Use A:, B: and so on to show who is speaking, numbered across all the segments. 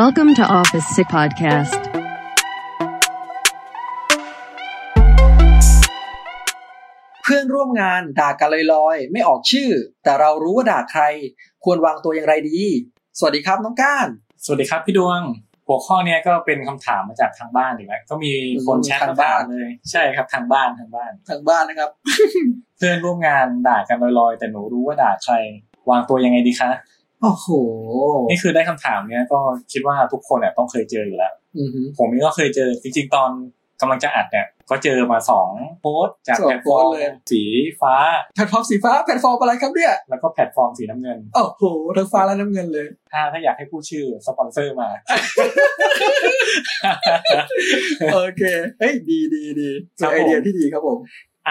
A: Welcome to Office Sick Podcast.
B: เพื่อนร่วมงานด่ากันลอยๆ ไม่ออกชื่อ แต่เรารู้ว่าด่าใคร ควรวางตัวอย่างไรดี สวัสดีครับน้องก้าน
C: สวัสดีครับพี่ดวง หัวข้อเนี้ยก็เป็นคำถามมาจากทางบ้านอีกแล้วก็มีคน
B: อืม
C: แช
B: ทาม
C: ทาง
B: บ้า
C: ถาน มเลย ใช่ครับทางบ้านทางบ้าน
B: ทางบ้านนะครับ
C: เพื่อนร่วมงานด่ากันลอยๆ แต่หนูรู้ว่าด่าใคร วางตัวยังไงดีคะ
B: โอ้โห
C: นี่คือได้คำถามเนี้ยก็คิดว่าทุกคนเนี่ยต้องเคยเจออยู่แล้ว
B: อือหือ
C: ผมเองก็เคยเจอจริงๆตอนกำลังจะอัดเนี่ยก็เจอมาสองโพสต์จาก
B: สอง
C: แพลตฟอร์ม
B: โพสต์เลย
C: สีฟ้า
B: แพลตฟอร์มสีฟ้าแพลตฟอร์มอะไรครับเนี่ย
C: แล้วก็แพลตฟอร์มสีน้ำเงิน
B: โอ้โหทั้งฟ้าและน้ำเงินเลย
C: ถ้าถ้าอยากให้พูดชื่อสปอนเซอร์มา
B: โอเคเฮ้ยดีดีดี
C: ครั
B: เป็น
C: บ
B: ไอ
C: ผม
B: เดียที่ดีครับผม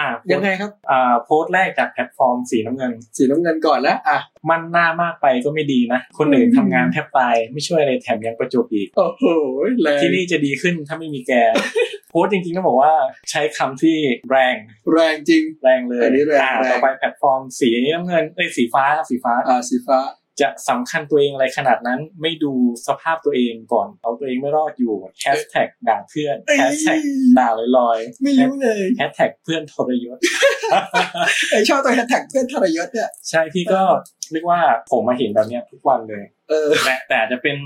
C: อ่าโพสต์
B: ยังไงครับ
C: อ่าโพสต์แรกจากแพลตฟอร์มสีน้ำเงิน
B: สีน้ำเงินก่อนแล้วอ่ะ
C: มันหน้ามากไปก็ไม่ดีนะ คนอื่นทำงานแทบตาย ไม่ช่วยอะไรแถมยังประจวบอีก
B: โอ้โหแรง
C: ที่นี่จะดีขึ้นถ้าไม่มีแก โพสต์จริงๆต้องบอกว่าใช้คำที่แรง
B: แรงจริง
C: แรงเลย
B: อันนี้แรง
C: อ่า
B: แรง
C: ต่อไปแพลตฟอร์มสีน้ำเงินเอ้ยสีฟ้าสีฟ้า
B: อ่าสีฟ้า
C: จะสำคัญตัวเองอะไรขนาดนั้นไม่ดูสภาพตัวเองก่อน เอาตัวเองไม่รอดอยู่แฮชแท็กด่าเพื่อน
B: เอ้ย
C: แฮชแท็กด่าลอย
B: ไม่รู้เลย
C: ๆแฮชแท็กเพื่อนทรยศ
B: ไอชอบตัวแฮชแท็กเพื่อนทรยศเนี่ย
C: ใช่พี่ก็เรียกว่าผมมาเห็นแบบเนี้ยทุกวันเลย
B: เออ
C: แต่แต่อาจจะเป็น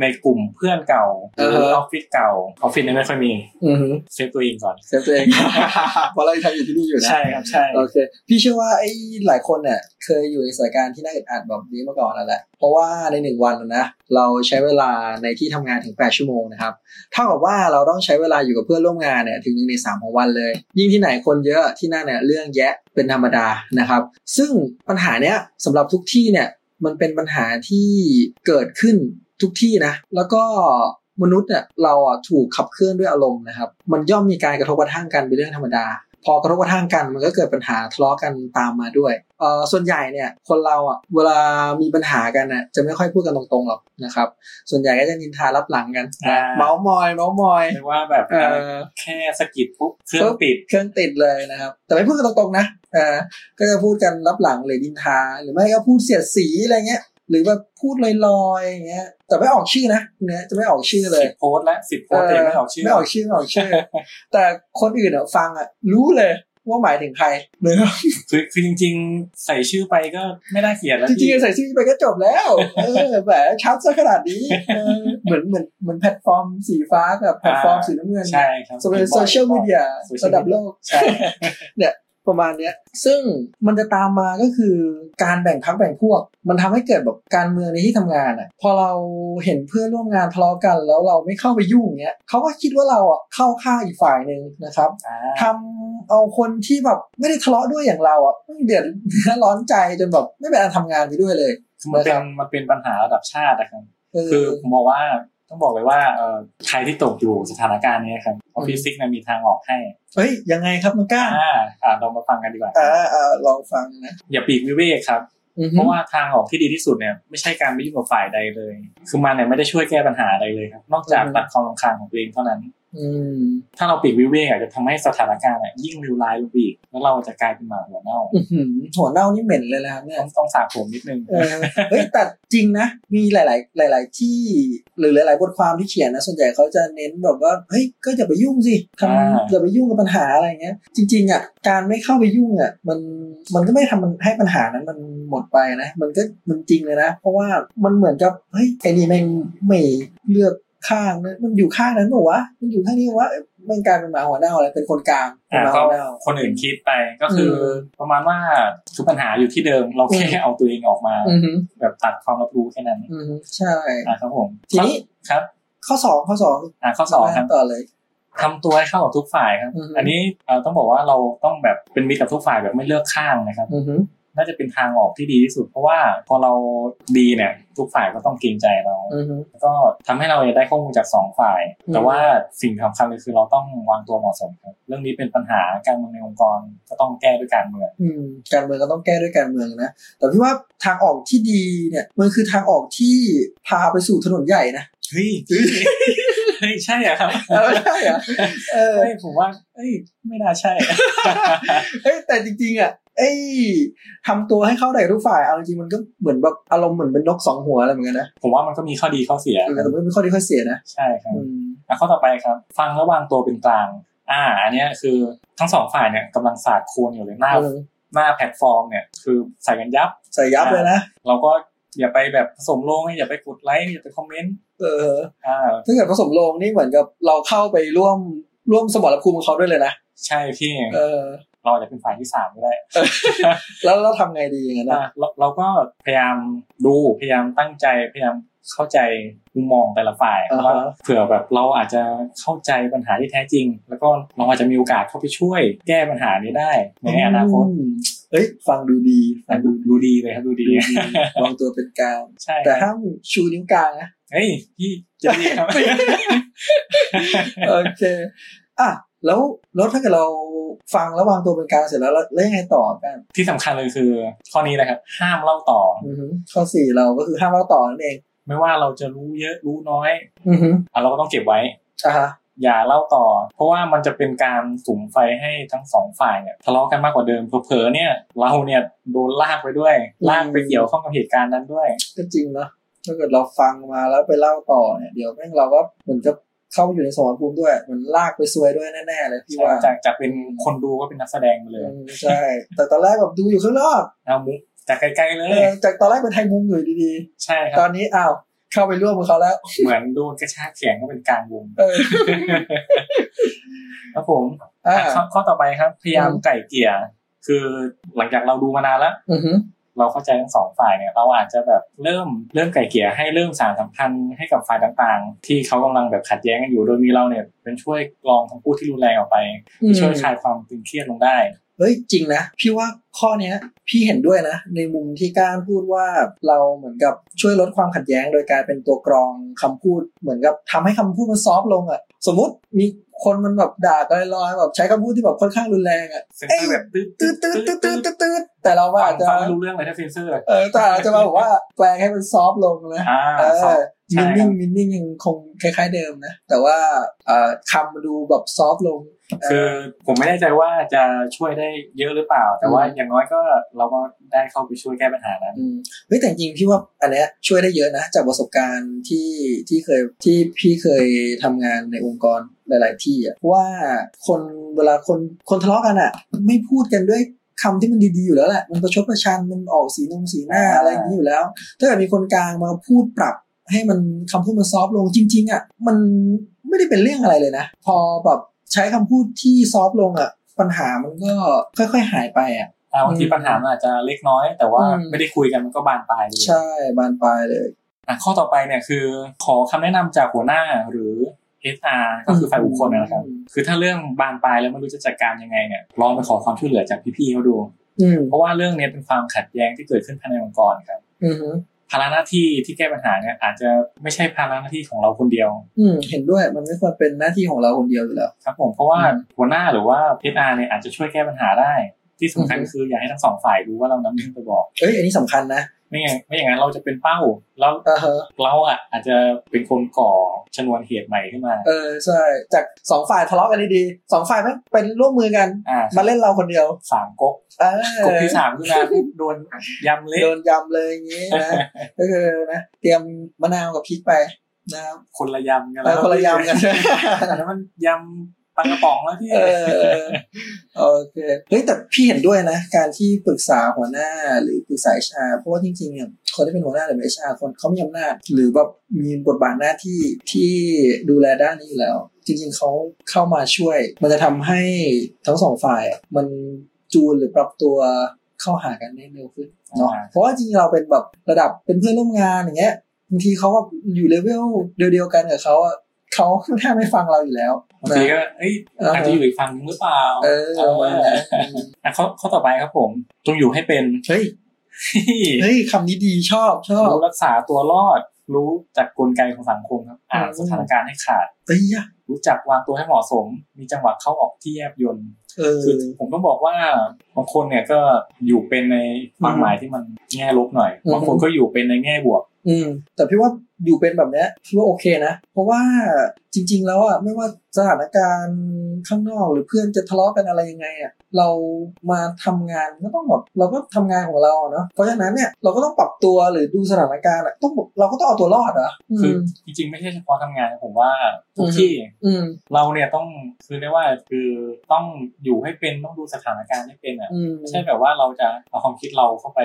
C: ในกลุ่มเพื่อนเก่าหรือ
B: เออ
C: ออฟฟิศเก่าออฟฟิศเนี่ยไม่ค่อยมี
B: อือหือ
C: เซฟตัวเองก่อน
B: เซฟตัวเอง เพราะเรายังทำอยู่ที่นี่อยู่นะ
C: ใช่ครับใช่
B: โอเค พี่เชื่อว่าไอ้หลายคนเนี่ยเคยอยู่ในสถานการณ์ที่น่าอึดอัดแบบนี้มาก่อนนั่นแหละเพราะว่าในหนึ่งวันนะนะเราใช้เวลาในที่ทำงานถึง 8 ชั่วโมงนะครับเท่ากับว่าเราต้องใช้เวลาอยู่กับเพื่อนร่วมงานเนี่ยถึงหนึ่งในสามของวันเลย ยิ่งที่ไหนคนเยอะที่นั่นเนี่ยเรื่องแยะเป็นธรรมดานะครับ ซึ่งปัญหาเนี้ยสำหรับทุกที่เนี่ยมันเป็นปัญหาที่เกิดขึ้นทุกที่นะ แล้วก็ มนุษย์เนี่ยเราอ่ะถูกขับเคลื่อนด้วยอารมณ์นะครับ มันย่อมมีการกระทบกระทั่งกันเป็นเรื่องธรรมดา พอกระทบกระทั่งกันมันก็เกิดปัญหาทะเลาะกันตามมาด้วยเอ่อส่วนใหญ่เนี่ยคนเราอ่ะเวลามีปัญหากันน่ะจะไม่ค่อยพูดกันตรงๆหรอกนะครับ ส่วนใหญ่ก็จะนินทารับหลังกันนะเมาส์มอยเมาส์มอย
C: เรียกว่าแบบ
B: เออ
C: แค่สะกิดปุ๊บเครื่องติด
B: เครื่องติดเลยนะครับ แต่ไม่พูดกันตรงๆนะเอ่าก็จะพูดกันรับหลังหรือดินทา หรือไม่ก็พูดเสียดสีอะไรเงี้ย หรือว่าพูดลอยๆอย่างเงี้ย แต่ไม่ออกชื่อนะเนี่ยจะไม่ออกชื่อเลย
C: สิบโพสต์และสิบโพสต์แต่ยังไม่ออกชื่อ
B: ไม่ออกชื่อไม่ออกชื่อ แต่คนอื่นอะฟังอะรู้เลยว่าหมายถึงใครนะครับ
C: คือคือจริง ๆ ใส่ชื่อไปก็ไม่น่าเกลียดแล้ว
B: จริ
C: พี่
B: งๆใส่ชื่อไปก็จบแล้ว เออแบบชัดซะขนาดนี้เออเหมือนเหมือนเหมือนแพลตฟอร์มสีฟ้ากับแพลตฟอร์มสีน้ำเงิน
C: ใช่ครับ
B: โซเชียลมีเดียระดับโลก
C: ใช่
B: ประมาณเนี้ย ซึ่งมันจะตามมาก็คือการแบ่งพักแบ่งพวก มันทำให้เกิดแบบการเมืองในที่ทำงานอ่ะ พอเราเห็นเพื่อนร่วมงานทะเลาะกัน แล้วเราไม่เข้าไปยุ่งเงี้ยเขาก็คิดว่าเราอ่ะเข้าข้างอีกฝ่ายหนึ่งนะครับ
C: อ่า
B: ทำเอาคนที่แบบไม่ได้ทะเลาะด้วยอย่างเราอ่ะเดือดร้อนใจจนแบบไม่เป็นอันทำงานไปด้วยเลย
C: คือมันเป็นมันเป็นปัญหาระดับชาติอะครับ
B: เออ
C: คือผมบอกว่าต้องบอกเลยว่าเอ่อใครที่ตกอยู่สถานการณ์นี้ครับออฟฟิ
B: อื
C: ศ
B: ม
C: ซิกเนี่ยมีทางออกให้
B: เฮ้ยยังไงครับน้องก้า
C: อ่าอ่าเรามาฟังกันดีกว่า
B: อ่าอ่าลองฟังนะ
C: อย่าปลีกวิเวกครับ
B: อือ
C: เพ
B: ฮึ
C: ราะว่าทางออกที่ดีที่สุดเนี่ยไม่ใช่การไปยุ่งกับฝ่ายใดเลย คือมันเนี่ยไม่ได้ช่วยแก้ปัญหาอะไรเลยครับ นอกจากตัดความรำคาญของตัวเองเท่านั้น
B: อืม
C: ถ้าเราปลีกวิเวกอาจจะทำให้สถานการณ์เนี่ยยิ่งริวร้ายลงไปอีกแล้วเราจะกลายเป็นหมาหัวเน่า
B: อื้อหือหัวเน่านี่เหม็นเลยนะครับเนี่ย
C: ต้องต้องสระผมนิดนึง
B: เออเฮ้ยแต่จริงนะ มีหลาย ๆ หลาย ๆ ที่หรือหลาย ๆ บทความที่เขียนนะ ส่วนใหญ่เขาจะเน้นแบบว่าเฮ้ยก็อย่าไปยุ่งสิท
C: อ่า
B: ำอย่าไปยุ่งกับปัญหาอะไรเงี้ย จริง ๆ อ่ะ การไม่เข้าไปยุ่งอ่ะมันมันก็ไม่ทำให้ปัญหานั้นมันหมดไปนะ มันก็มันจริงเลยนะ เพราะว่ามันเหมือนกับเฮ้ยไอ้นี่แม่งไม่เลือกข้างนะมันอยู่ข้างนั้นเหรอวะมันอยู่ข้างนี้เหรอวะเอ้ยแม่งกลายเป็นหมาหัวเน่าอะไรเป็นคนกลางเป็น
C: อ่า
B: หมา
C: ก็
B: หัวเน่า
C: คนอื่นคิดไปก็คืออ
B: ม
C: ประมาณว่าคือปัญหาอยู่ที่เดิม เราแค่
B: อืม
C: เอาตัวเองออกมา
B: อือหือ
C: แบบตัดความรับรู้แค่นั้น
B: อือหือใช่
C: นะครับผม
B: ทีนี้
C: ครับ
B: ข้อสองข้อสอง
C: อ่าข้อสองครับ
B: ต่อเลย
C: ทำตัวให้เข้ากับทุกฝ่ายครับ
B: อือฮึ
C: อันนี้เอ่อต้องบอกว่าเราต้องแบบเป็นมิตรกับทุกฝ่ายแบบไม่เลือกข้างนะครับ
B: อือหือ
C: น่าจะเป็นทางออกที่ดีที่สุด เพราะว่าพอเราดีเนี่ยทุกฝ่ายก็ต้องเกรงใจเรา
B: อือฮึ
C: แล้วก็ทำให้เราได้ข้อมูลจากสองฝ่าย
B: อืม
C: แต่ว่าสิ่งสำคัญเลยคือเราต้องวางตัวเหมาะสมครับ เรื่องนี้เป็นปัญหาการเมืองในองค์กรก็ต้องแก้ด้วยการเมือง
B: อืมการเมืองก็ต้องแก้ด้วยการเมืองนะ แต่พี่ว่าทางออกที่ดีเนี่ย มันคือทางออกที่พาไปสู่ถนนใหญ่นะ
C: เฮ้ย เฮ้ยใช่เหรอครับ
B: เออใช่เหรอเออ
C: เฮ้ยผมว่าเอ้ยไม่น่าใช่
B: เอ้ยแต่จริงๆอ่ะเอ้ยทำตัวให้เข้าได้ทุกฝ่ายเอาจริงๆมันก็เหมือนแบบอารมณ์เหมือนเป็นนกสองหัวอะไรเหมือนกันนะ
C: ผมว่ามันก็มีข้อดีข้อเสีย
B: เออแต่มันเป็นข้อดีข้อเสียนะ
C: ใช่ครับ
B: อืม
C: อ่ะข้อต่อไปครับ ฟังระวางตัวเป็นกลาง อ่า อันเนี้ยคือทั้งสองฝ่ายเนี่ยกำลังสาดโคลนอยู่เลยหน้า
B: เออ
C: หน้าแพลตฟอร์มเนี่ยคือใส่กันยับ
B: ใส่ยับเลยนะ
C: เราก็อย่าไปแบบผสมโลงอย่าไปกดไลค์อย่าไปคอมเมนต์
B: เออ
C: อ่า
B: ถ้าเกิดผสมโลงนี่เหมือนกับเราเข้าไปร่วมร่วมสมรภูมิกับเขาด้วยเลยนะ
C: ใช่พี่
B: เออ
C: เราอาจจะเป็นฝ่ายที่สามก็ได้
B: แล้วเราทำไงดีอย่างนั้น
C: อ่ะ
B: อะ
C: เราเราก็พยายามดูพยายามตั้งใจพยายามเข้าใจมุมมองแต่ละฝ่าย
B: อ่า
C: ว่า
B: ฮะ
C: เผื่อแบบเราอาจจะเข้าใจปัญหาที่แท้จริง แล้วก็เราอาจจะมีโอกาสเข้าไปช่วย แก้ปัญหานี้ได้ในอนาคต
B: อืมเอ้ย ฟังดูดีฟังดู
C: ดูดูดีเลยครับดูดี
B: ดีวางตัวเป็นกลาง
C: ใช่
B: แต่ห้ามชูนิ้วกลางนะ
C: เฮ้ยพี่จะดีครับ
B: โอเค อ่ะ แล้วแล้วถ้าเกิดเราฟังแล้ววางตัวเป็นกลางเสร็จแล้วแล้วแล้วยังไงต่อกัน
C: ที่สำคัญเลยคือข้อนี้นะครับ ห้ามเล่าต่อ
B: อือฮึข้อสี่เราก็คือห้ามเล่าต่อนั่นเอง
C: ไม่ว่าเราจะรู้เยอะรู้น้อย
B: อือฮึ
C: อ่ะเราก็ต้องเก็บไว้
B: อ่าฮะ
C: อย่าเล่าต่อ เพราะว่ามันจะเป็นการสุมไฟให้ทั้งสองฝ่ายเนี่ยทะเลาะกันมากกว่าเดิมเผลอๆเนี่ย เราเนี่ยโดนลากไปด้วย ลากไปเกี่ยวข้องกับเหตุการณ์นั้นด้วย
B: ก็จริงเนาะถ้าเกิดเราฟังมาแล้วไปเล่าต่อเนี่ยเดี๋ยวแม่งเราก็เหมือนจะเข้าไปอยู่ในสมรภูมิด้วยเหมือนลากไปซวยด้วยแน่ๆเลยพี่ว่า
C: จากจากเป็นคนดูก็เป็นนักแสดงไปเลย
B: อืมใช่ แต่ตอนแรกแบบดูอยู่ข้างนอก
C: เอามุกจากไกลๆเล
B: เอย อจากตอนแรกเป็นไทยมุงอยู่ดี
C: ใช่ค
B: ๆ ต
C: รั
B: อบ นนี้อ้าวเข้าไปร่วมกับเขาแล้ว
C: เหมือนโดนกระชากแขนก็เป็นกลางวง
B: เออ
C: ครับผม
B: อ่า
C: อ่ะข้อข้อต่อไปครับ พยายาม
B: อืม
C: ไก่เกลี่ยคือหลังจากเราดูมานานแล้ว
B: อือฮึ
C: เราเข้าใจทั้งสองฝ่ายเนี่ยเราอาจจะแบบเริ่มเริ่มไกลเกลี่ยให้เริ่มสารสัมพันธ์ให้กับฝ่ายต่างๆ ที่เขากำลังแบบขัดแย้งกันอยู่โดยมีเราเนี่ยเป็นช่วยกรองคำพูดที่รุนแรงออกไปช่วยคลายความตึงเครียดลงได้
B: เฮ้ยจริงนะ พี่ว่าข้อเนี้ย พี่เห็นด้วยนะ ในมุมที่ก้านพูดว่าเราเหมือนกับช่วยลดความขัดแย้ง โดยการเป็นตัวกรองคำพูด เหมือนกับทำให้คำพูดมันซอฟต์ลงอะ่ะ สมมติมีคนมันแบบด่ากันลอยๆแบบใช้คำพูดที่แบบค่อนข้างรุนแรงอะ่ะ
C: เซนเซอร์แบบตืด
B: ตืดตืดตืดตืดตืดแต่เรา
C: ฟั
B: อาง จจะ
C: ฟังไม่รู้เรื่องเลยถ้าเซนเซอร์
B: เออแต่อาจจะมาบอกว่าแปลงให้มันซอฟต์ลงนะ
C: อ่า
B: เอ
C: สอง
B: อ
C: ใช่
B: มิน
C: ครั
B: นิ่ง
C: บ
B: มินนิ่งยังคงคล้ายๆเดิมนะ แต่ว่าเอ่อคำมันดูแบบซอฟต์ลงเ
C: คือผมไม่แน่ใจว่าจะช่วยได้เยอะหรือเปล่า แต่ว่าอย่างน้อยก็เราก็ได้เข้าไปช่วยแก้ปัญหานั้น
B: อืมเฮ้ยแต่จริงๆพี่ว่าอันเนี้ยช่วยได้เยอะนะ จากประสบการณ์ที่ที่เคยที่พี่เคยทำงานในองค์กรหลาย ๆ ที่อ่ะว่าคนเวลาคนคนทะเลาะกันอ่ะ ไม่พูดกันด้วยคำที่มันดี ๆ อยู่แล้วแหละมันประชดประชันมันออกสีนงสีหน้า
C: อ่า
B: อะไรอย่างนี้อยู่แล้ว ถ้าเกิดมีคนกลางมาพูดปรับ ให้มันคำพูดมันซอฟต์ลงจริง ๆ อ่ะ มันไม่ได้เป็นเรื่องอะไรเลยนะ พอแบบใช้คำพูดที่ซอฟต์ลงอ่ะ ปัญหามันก็ค่อย ๆ หายไปอ่ะ
C: อ่าบางทีปัญหามันอาจจะเล็กน้อย แต่ว่า
B: อืม
C: ไม่ได้คุยกันมันก็บานปลายเลย
B: ใช่บานปลายเลย
C: อ่ะข้อต่อไปเนี่ยคือขอคำแนะนำจากหัวหน้าหรือ HR ก็คือฝ่ายบุคคลนะครับ
B: อืม
C: คือถ้าเรื่องบานปลายแล้วไม่รู้จะจัดการยังไงเนี่ยลองไปขอความช่วยเหลือจากพี่ๆเขาดู
B: อืม
C: เพราะว่าเรื่องเนี้ยเป็นความขัดแย้งที่เกิดขึ้นภายในองค์กรครับ
B: อือฮึ
C: ภาระหน้าที่ที่แก้ปัญหาเนี่ยอาจจะไม่ใช่ภาระหน้าที่ของเราคนเดียว
B: อืมเห็นด้วยมันไม่ควรเป็นหน้าที่ของเราคนเดียวอยู่แล้ว
C: ครับผมเพราะว่า
B: อืม
C: หัวหน้าหรือว่า HR เนี่ยอาจจะช่วยแก้ปัญหาได้ ที่สำคัญคืออยากให้ทั้งสองฝ่ายรู้ว่าเรานำเรื่องไปบอก
B: เอ้ยอันนี้สำคัญนะ
C: ไม่งั้นไม่อย่างนั้นเราจะเป็นเป้าแล้ว
B: อ่าฮะ
C: เราอ่ะอาจจะเป็นคนก่อชนวนเหตุใหม่ขึ้นมา
B: เออใช่จากสองฝ่ายทะเลาะกันดีๆสองฝ่ายไม่เป็นร่วมมือกัน
C: อ่า
B: มาเล่นเราคนเดียว
C: สามก๊ก
B: เออก
C: ลุ่มที่สามขึ้นมาปุ๊บโดนยำเละ
B: โดนยำเลยอย่างนี้ นะ ก็คือนะเตรียมมะนาวกับพริกไปนะครับ
C: คนละยำกัน
B: แล้
C: แล้ว ว
B: คนละ ยำกัน
C: แล้วมันยำปังกระป๋องแล้วพี่
B: เออโอเคเฮ้ยแต่พี่เห็นด้วยนะ การที่ปรึกษาหัวหน้าหรือปรึกษาเอชาเพราะว่าจริงๆเนี่ยคนที่เป็นหัวหน้าหรือเอชาคนเขามีอำนาจ หรือแบบมีบทบาทหน้าที่ที่ดูแลด้านนี้อยู่แล้ว จริง ๆเขาเข้ามาช่วย มันจะทำให้ทั้งสองฝ่ายอะมันจูนหรือปรับตัวเข้าหากันได้เร็วขึ้นเนาะเพราะว่าจริงๆเราเป็นแบบระดับเป็นเพื่อนร่วมงานอย่างเงี้ยบางทีเขาแบบอยู่เลเวลเดียวๆกันกับเขาอะเขาแทบไม่ฟังเราอยู่แล้ว
C: บาง
B: นะ
C: ทีก็เอ้ยอาจจะอยู่อีกฝั่งนึงหรือเปล่า
B: เออประมาณนั้น
C: อ่ะข้อข้อต่อไปครับผมจงอยู่ให้เป็น
B: เฮ้ย เฮ้ยคำนี้ดีชอบชอบ
C: รู้รักษาตัวรอด รู้จากกลไกของสังคมครับอ่านสถานการณ์ให้ขาด
B: เอ้ยอะ
C: รู้จักวางตัวให้เหมาะสม มีจังหวะเข้าออกที่แยบยนต์
B: เออ
C: คือผมต้องบอกว่าบางคนเนี่ยก็อยู่เป็นในความหมายที่มันแง่ลบหน่อยบางคนก็อยู่เป็นในแง่บวก
B: อืมแต่พี่ว่าอยู่เป็นแบบเนี้ยพี่ว่าโอเคนะ เพราะว่าจริง ๆ แล้วอ่ะไม่ว่าสถานการณ์ข้างนอกหรือเพื่อนจะทะเลาะกันอะไรยังไงอ่ะเรามาทำงานก็ต้องแบบเราก็ทำงานของเราอะเนาะเพราะฉะนั้นเนี่ยเราก็ต้องปรับตัวหรือดูสถานการณ์อะต้องเราก็ต้องเอาตัวรอดเหรอ่ะ
C: คือจริงๆ ไม่ใช่เฉพาะทำงานนะผมว่าทุกที่
B: อืม
C: เราเนี่ยต้องคือได้ว่าคือต้องอยู่ให้เป็นต้องดูสถานการณ์ให้เป็นอ่ะ
B: อืม
C: ไม่ใช่แบบว่าเราจะเอาความคิดเราเข้าไป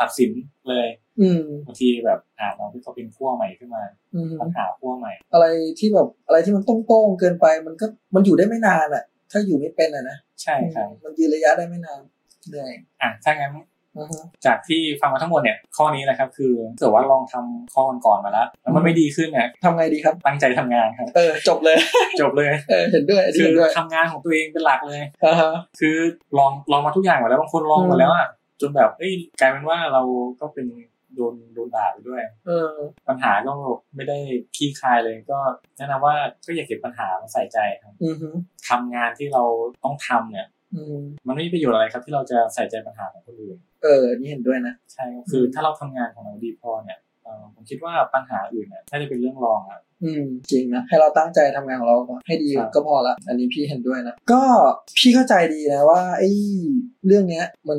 C: ตัดสินเลย
B: อืม
C: บางทีแบบอ่าเราที่เขาเป็นขั้วใหม่ขึ้นมา
B: อืม
C: ต้องหาขั้วใหม่
B: อะไรที่แบบอะไรที่มันโต้งๆเกินไปมันก็มันอยู่ได้ไม่นานอ่ะ ถ้าอยู่ไม่เป็นอ่ะนะ
C: ใช่ครับ
B: มันยืนระยะได้ไม่นานเหนื่อย
C: อ่ะถ้างั้น
B: อือฮึ
C: จากที่ฟังมาทั้งหมดเนี่ยข้อนี้นะครับคือเกิดว่าลองทำข้อก่อนๆมาแล้วแล้ว
B: อื
C: มัน
B: ม
C: ไม่ดีขึ้นเนี่ย
B: ทำไงดีครับ
C: ตั้งใจทำงานครับ
B: เออ จบเลย
C: จบเลย
B: เออเห็นด้วยอันนี้
C: คือ
B: เห็นด้วย
C: ทำงานของตัวเองเป็นหลักเลย
B: อ่าฮะ
C: คือลองลองมาทุกอย่างหมดแล้วบางคนลองหม
B: อื
C: ด
B: ม
C: แล้วอ่ะจนแบบเอ้ยกลายเป็นว่าเราก็เป็นโดนโดนด่าไปด้วย
B: เออ
C: ปัญหาก็ไม่ได้คลี่คลายเลย ก็แนะนำว่าก็อย่าเก็บปัญหามาใส่ใจครับ
B: อือฮึ
C: ทำงานที่เราต้องทำเนี่ย
B: อืม
C: มันไม่มีประโยชน์อะไรครับที่เราจะใส่ใจปัญหาของคนอื่น
B: เอออันนี่เห็นด้วยนะ
C: ใช่ครับคือถ้าเราทำงานของเราดีพอเนี่ยเอ่อผมคิดว่าปัญหาอื่นเนี่ยน่าจะเป็นเรื่องรองอ่ะ
B: อืมจริงนะ ให้เราตั้งใจทำงานของเราก่อนให้ดี
C: ครับ
B: ก็พอละ อันนี้พี่เห็นด้วยนะ ก็พี่เข้าใจดีนะว่าไอ้เรื่องเนี้ย มัน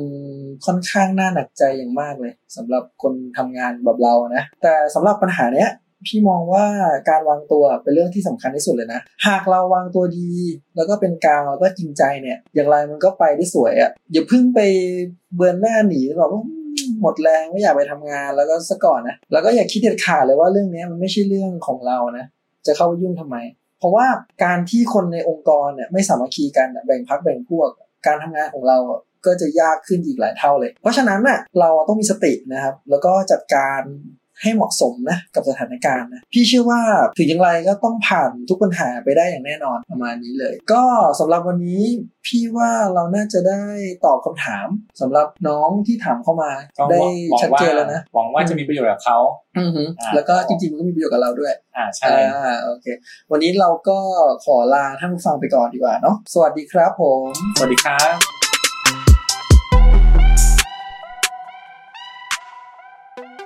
B: ค่อนข้างน่าหนักใจอย่างมากเลยสำหรับคนทำงานแบบเรานะ แต่สำหรับปัญหาเนี้ย พี่มองว่าการวางตัวเป็นเรื่องที่สำคัญที่สุดเลยนะ หากเราวางตัวดี แล้วก็เป็นกลางแล้วก็จริงใจเนี่ย อย่างไรมันก็ไปได้สวยอะ่ะอย่าเพิ่งไปเบือนหน้าหนีแบบว่าอืมหมดแรงไม่อยากไปทำงานแล้วก็ซะก่อนนะแล้วก็อย่าคิดเด็ดขาดเลยว่าเรื่องเนี้ยมันไม่ใช่เรื่องของเรานะ จะเข้าไปยุ่งทำไม เพราะว่าการที่คนในองค์กรเนี่ยไม่สามัคคีกันน่ะแบ่งพักแบ่งพวก การทำงานของเราอ่ะก็จะยากขึ้นอีกหลายเท่าเลย เพราะฉะนั้นน่ะเราต้องมีสตินะครับ แล้วก็จัดการให้เหมาะสมนะกับสถานการณ์นะพี่เชื่อว่าถึงอย่างไรก็ต้องผ่านทุกปัญหาไปได้อย่างแน่นอนประมาณนี้เลย ก็สำหรับวันนี้พี่ว่าเราน่าจะได้ตอบคำถามสำหรับน้องที่ถามเข้ามา
C: ก็ห
B: ได้
C: วังหวัง
B: ชัด
C: ว่า
B: เจนแล้วนะ
C: หวังว่าจะมีประโยชน์กับเขา
B: อือฮึ
C: อ่า
B: แล้วก็จริงๆมันก็มีประโยชน์กับเราด้วย
C: อ่าใช่
B: อ่าโอเค วันนี้เราก็ขอลาท่านผู้ฟังไปก่อนดีกว่าเนาะสวัสดีครับผม
C: สวัสดีครับ
D: Thank